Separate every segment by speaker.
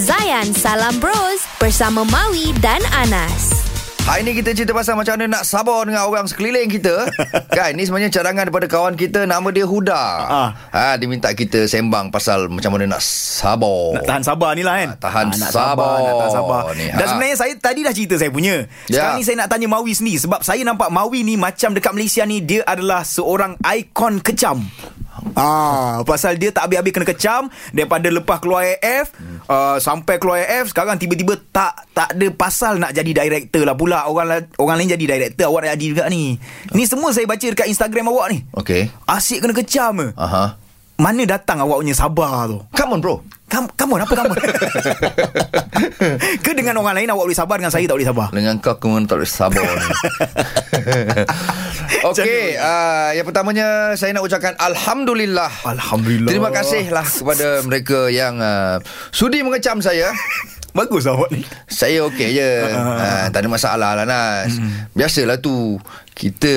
Speaker 1: Zayan Salam Bros bersama Maui dan Anas.
Speaker 2: Hari ni kita cerita pasal macam mana nak sabar dengan orang sekeliling kita. kan, ni sebenarnya cadangan daripada kawan kita nama dia Huda.
Speaker 3: Ah.
Speaker 2: Ha, dia minta kita sembang pasal macam mana nak sabar.
Speaker 3: Nak tahan sabar ni lah kan
Speaker 2: Ah, tahan
Speaker 3: nak
Speaker 2: sabar.
Speaker 3: Nak tahan sabar
Speaker 2: Ni,
Speaker 3: ni,
Speaker 2: ha.
Speaker 3: Dan sebenarnya saya Tadi dah cerita saya punya Sekarang
Speaker 2: Ya.
Speaker 3: ni saya nak tanya Mawi sendiri Sebab saya nampak Mawi ni Macam dekat Malaysia ni Dia adalah seorang ikon kecam Ah, pasal dia tak habis-habis kena kecam daripada lepas keluar AF hmm. uh, sampai keluar AF sekarang tiba-tiba tak tak ada pasal nak jadi director lah pula orang la- orang lain jadi director awak nak jadi juga ni. Ni semua saya baca dekat Instagram awak ni.
Speaker 2: Okey.
Speaker 3: Asyik kena kecam ke.
Speaker 2: Aha.
Speaker 3: Mana datang awak punya sabar tu?
Speaker 2: Come on bro.
Speaker 3: Come, come on, apa come on? Ke dengan orang lain awak boleh sabar dengan saya tak boleh sabar?
Speaker 2: Dengan kau aku memang tak boleh sabar ni. Okey, uh, yang pertamanya saya nak ucapkan alhamdulillah.
Speaker 3: Alhamdulillah.
Speaker 2: Terima kasihlah kepada mereka yang uh, sudi mengecam saya.
Speaker 3: Bagus lah awak ni.
Speaker 2: Saya okey je ha,
Speaker 3: Ah,
Speaker 2: Tak ada masalah lah Nas
Speaker 3: Hmm.
Speaker 2: Biasalah tu Kita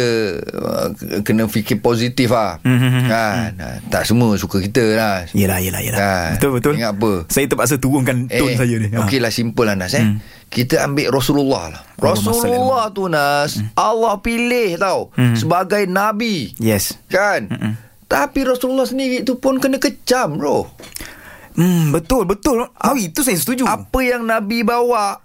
Speaker 2: uh, Kena fikir positif lah
Speaker 3: Hmm,
Speaker 2: kan? ha, Tak semua suka kita Nas
Speaker 3: Yelah, yelah, yelah.
Speaker 2: Kan.
Speaker 3: Betul, betul.
Speaker 2: Ingat apa?
Speaker 3: Saya terpaksa turunkan tone saya ni. Hmm. Ha.
Speaker 2: Okey lah simple lah Nas eh Kita ambil Rasulullah lah
Speaker 3: Oh,
Speaker 2: Rasulullah tu Nas
Speaker 3: Hmm.
Speaker 2: Allah pilih tau Sebagai Nabi
Speaker 3: Yes.
Speaker 2: Kan
Speaker 3: Hmm,
Speaker 2: Tapi Rasulullah sendiri tu pun kena kecam bro
Speaker 3: Hmm, betul, betul. Awi, itu saya setuju.
Speaker 2: apa yang Nabi bawa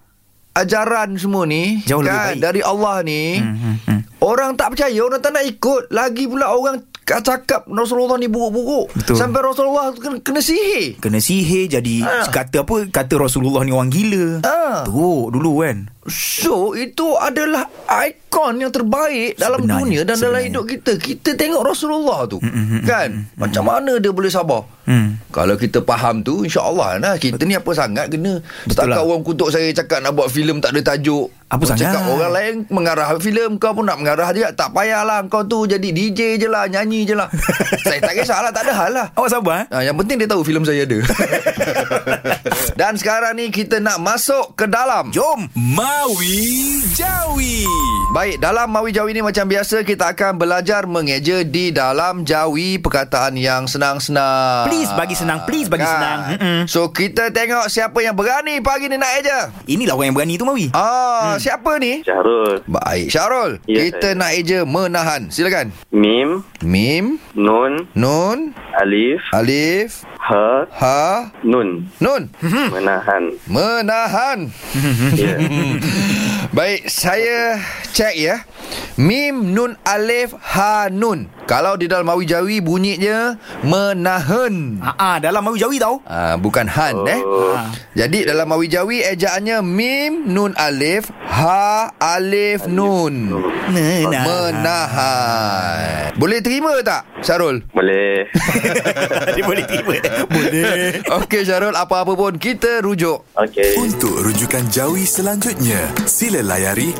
Speaker 2: ajaran semua ni
Speaker 3: Jauh lebih
Speaker 2: kan
Speaker 3: baik.
Speaker 2: dari Allah ni hmm, hmm, hmm. orang tak percaya orang tak nak ikut lagi pula orang c- cakap Rasulullah ni buruk-buruk
Speaker 3: Betul.
Speaker 2: sampai Rasulullah kena, kena sihir
Speaker 3: Kena sihir jadi
Speaker 2: Ah.
Speaker 3: kata apa? Kata Rasulullah ni orang gila.
Speaker 2: Ah.
Speaker 3: Teruk dulu kan.
Speaker 2: so itu adalah ikon yang terbaik dalam
Speaker 3: Sebenarnya,
Speaker 2: dunia dan dalam
Speaker 3: sebenarnya. Mm,
Speaker 2: hidup kita kita tengok Rasulullah tu kan macam mana dia boleh sabar
Speaker 3: Hmm.
Speaker 2: Kalau kita faham tu InsyaAllah nah, Kita ni apa sangat kena Setakat
Speaker 3: lah.
Speaker 2: orang kutuk saya Cakap nak buat filem Tak ada tajuk
Speaker 3: Apa
Speaker 2: Orang
Speaker 3: sangat?
Speaker 2: Cakap orang lain Mengarah filem Kau pun nak mengarah dia Tak payahlah Kau tu jadi DJ je lah Nyanyi je lah Saya tak kisahlah Tak ada hal lah
Speaker 3: Awak sabar eh?
Speaker 2: Ha, yang penting dia tahu filem saya ada. Dan sekarang ni kita nak masuk ke dalam.
Speaker 3: Jom. Mawi Jawi.
Speaker 2: Baik, dalam Mawi Jawi ni macam biasa kita akan belajar mengeja di dalam Jawi perkataan yang senang-senang. Kan?
Speaker 3: Please bagi senang, please bagi senang. Mm-mm.
Speaker 2: So kita tengok siapa yang berani pagi ni nak eja.
Speaker 3: Inilah orang yang berani tu Mawi.
Speaker 2: Ah, hmm. siapa ni?
Speaker 4: Syahrul
Speaker 2: Baik, Syarul.
Speaker 4: Ya,
Speaker 2: kita
Speaker 4: saya.
Speaker 2: nak eja menahan. Silakan.
Speaker 4: Mim
Speaker 2: Mim,
Speaker 4: Nun
Speaker 2: nun,
Speaker 4: Alif
Speaker 2: alif,
Speaker 4: Ha
Speaker 2: ha,
Speaker 4: Nun
Speaker 2: nun.
Speaker 4: Menahan
Speaker 2: Menahan.
Speaker 4: Ya
Speaker 2: Baik, saya cek ya. Mim nun alif ha nun. Kalau di dalam Mawi Jawi bunyinya menahan.
Speaker 3: Ha ah, dalam Mawi Jawi tau.
Speaker 2: Ah, bukan han eh.
Speaker 4: Oh.
Speaker 3: Ah.
Speaker 2: Jadi dalam Mawi Jawi ejaannya mim nun alif ha alif nun.
Speaker 3: Menahan.
Speaker 2: Menahan. Boleh terima tak Syarul?
Speaker 4: Boleh
Speaker 3: Dia boleh tiba. Boleh.
Speaker 2: Okey Syarul, apa-apa pun kita rujuk.
Speaker 4: Okay
Speaker 5: Untuk rujukan jawi selanjutnya, sila layari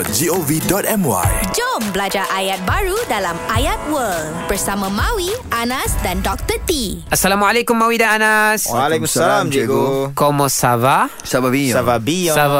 Speaker 5: brpm.dbp.gov.my.
Speaker 1: Jom belajar ayat baru dalam Ayat World bersama Maui, Anas dan Dr. T.
Speaker 6: Assalamualaikum Mawi dan Anas.
Speaker 2: Waalaikumsalam, cikgu.
Speaker 6: Comment ça va?
Speaker 2: Sababiyo.
Speaker 3: bien.
Speaker 6: Ça va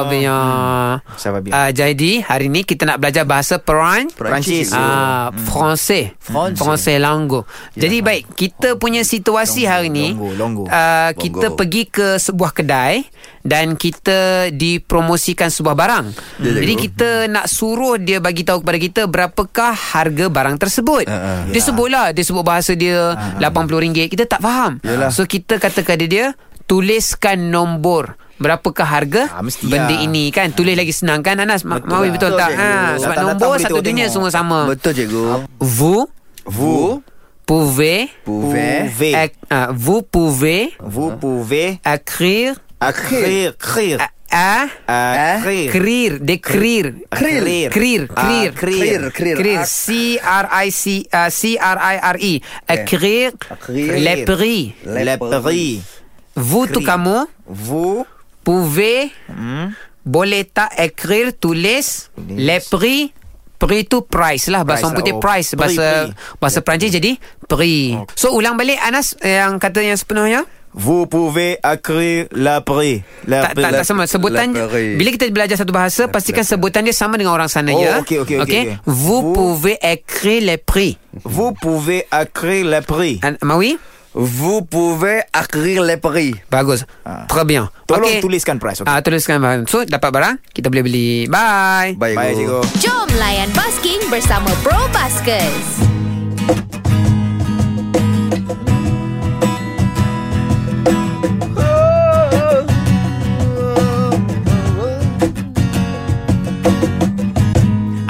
Speaker 6: bien.
Speaker 3: Ça va bien.
Speaker 6: Ah, jadi hari ni kita nak belajar bahasa Peran
Speaker 3: Perancis.
Speaker 6: Ah, Francais.
Speaker 3: Francais.
Speaker 6: Francais langgo. Jadi baik, kita punya situasi hari ni
Speaker 3: Longo, longo.
Speaker 6: ah, kita
Speaker 2: Longo.
Speaker 6: pergi ke sebuah kedai dan kita dipromosikan sebuah barang. Jadi kita nak suruh dia bagi tahu kepada kita berapakah harga barang tersebut. Dia sebutlah, dia sebut bahasa dia RM80. Kita tak faham. So kita kata kepada dia tuliskan nombor Berapakah harga
Speaker 3: Ah, mesti
Speaker 6: benda
Speaker 3: lah.
Speaker 6: ini kan Tulis lagi senang kan Anas Ma- Mawi betul, tak ha,
Speaker 3: Datang-datang
Speaker 6: Sebab nombor
Speaker 3: boleh
Speaker 6: satu dunia
Speaker 3: tengok-tengok.
Speaker 6: semua sama
Speaker 2: Betul cikgu.
Speaker 3: Ah.
Speaker 6: Vous
Speaker 2: Vous
Speaker 6: pouvez
Speaker 2: pouvez
Speaker 3: Pouvez.
Speaker 6: ac- ah, Vous pouvez
Speaker 3: Vous pouvez
Speaker 6: Écrire
Speaker 3: écrire, écrire,
Speaker 6: a- a-
Speaker 3: écrire,
Speaker 6: Krir Dekrir
Speaker 3: Krir.
Speaker 6: Krir Krir
Speaker 3: Ah, krir.
Speaker 2: Krir.
Speaker 6: Krir
Speaker 2: Ah.
Speaker 6: C-R-I-C ah, C-R-I-R-I Écrire
Speaker 3: Krir.
Speaker 6: Les prix
Speaker 3: le Eh. prix.
Speaker 6: Vous tout kamu
Speaker 3: Vous
Speaker 6: pouvez
Speaker 3: Hmm.
Speaker 6: boleh tak écrire tulis les prix prix tu price lah bahasa orang putih
Speaker 3: lah. Oh.
Speaker 6: price
Speaker 3: Prix,
Speaker 6: bahasa
Speaker 3: prix.
Speaker 6: bahasa Perancis jadi prix. So ulang balik Anas yang kata yang sepenuhnya.
Speaker 3: Vous pouvez écrire le prix. Le
Speaker 6: tak, tak, tak sama sebutan
Speaker 2: la prairie.
Speaker 6: bila kita belajar satu bahasa pastikan sebutan dia sama dengan orang sana
Speaker 3: Oh,
Speaker 6: ya.
Speaker 3: okey, okey, okey, okey.
Speaker 6: Vous
Speaker 3: Vous-
Speaker 6: pouvez écrire les prix.
Speaker 3: Vous pouvez écrire le prix.
Speaker 6: An- Mawi?
Speaker 2: Vous pouvez acquérir les prix.
Speaker 6: Bagus. Très bien.
Speaker 3: Ah. Tolong
Speaker 6: Okey.
Speaker 3: tuliskan price, okey.
Speaker 6: Ah tuliskan barang. So dapat barang, kita boleh beli. Bye.
Speaker 7: Baik,
Speaker 3: Baik cikgu
Speaker 1: Jom layan basking bersama Pro Baskers.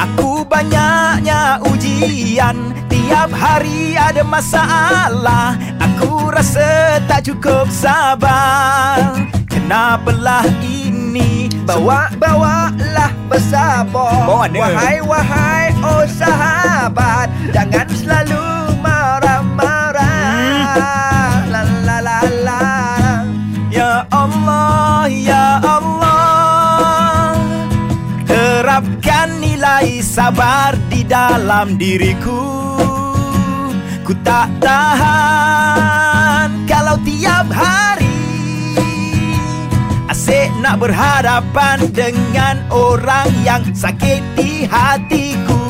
Speaker 3: Aku banyaknya ujian Tiap hari ada masalah Aku rasa tak cukup sabar Kenapalah ini Bawa
Speaker 2: Bawalah bersabar
Speaker 3: Bawa mana?
Speaker 2: Wahai wahai oh sahabat Jangan selalu marah-marah La la la la
Speaker 3: Ya Allah, Ya Allah Terapkan nilai sabar di dalam diriku Ku tak tahan kalau tiap hari Asyik nak berhadapan dengan orang yang sakiti hatiku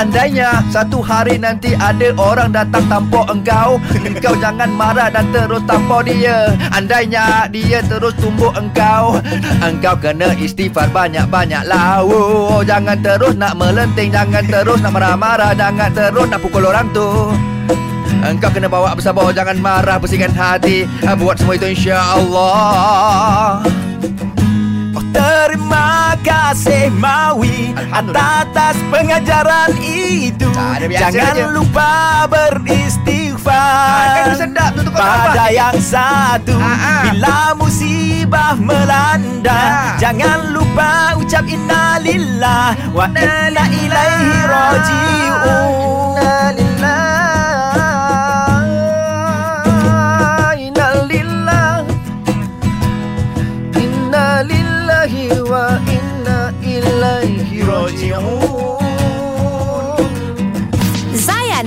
Speaker 2: Andainya satu hari nanti ada orang datang tampuk engkau Engkau jangan marah dan terus tampuk dia Andainya dia terus tumbuk engkau Engkau kena istighfar banyak-banyak lah oh, Jangan terus nak melenting Jangan terus nak marah-marah Jangan terus nak pukul orang tu Engkau kena bawa bersabar Jangan marah bersihkan hati Buat semua itu insyaAllah
Speaker 3: Oh, terima kasih Mawi atas pengajaran itu.
Speaker 2: Tak, ada biasa
Speaker 3: Jangan
Speaker 2: je.
Speaker 3: lupa
Speaker 2: Ah,
Speaker 3: beristighfar.
Speaker 2: kan sedap tu, tu kau tak
Speaker 3: Pada
Speaker 2: apa.
Speaker 3: yang satu
Speaker 2: Ah, ah.
Speaker 3: bila musibah
Speaker 2: Ah.
Speaker 3: melanda, jangan lupa ucap innalillah wa inna ilaihi rajiun.
Speaker 1: Zayan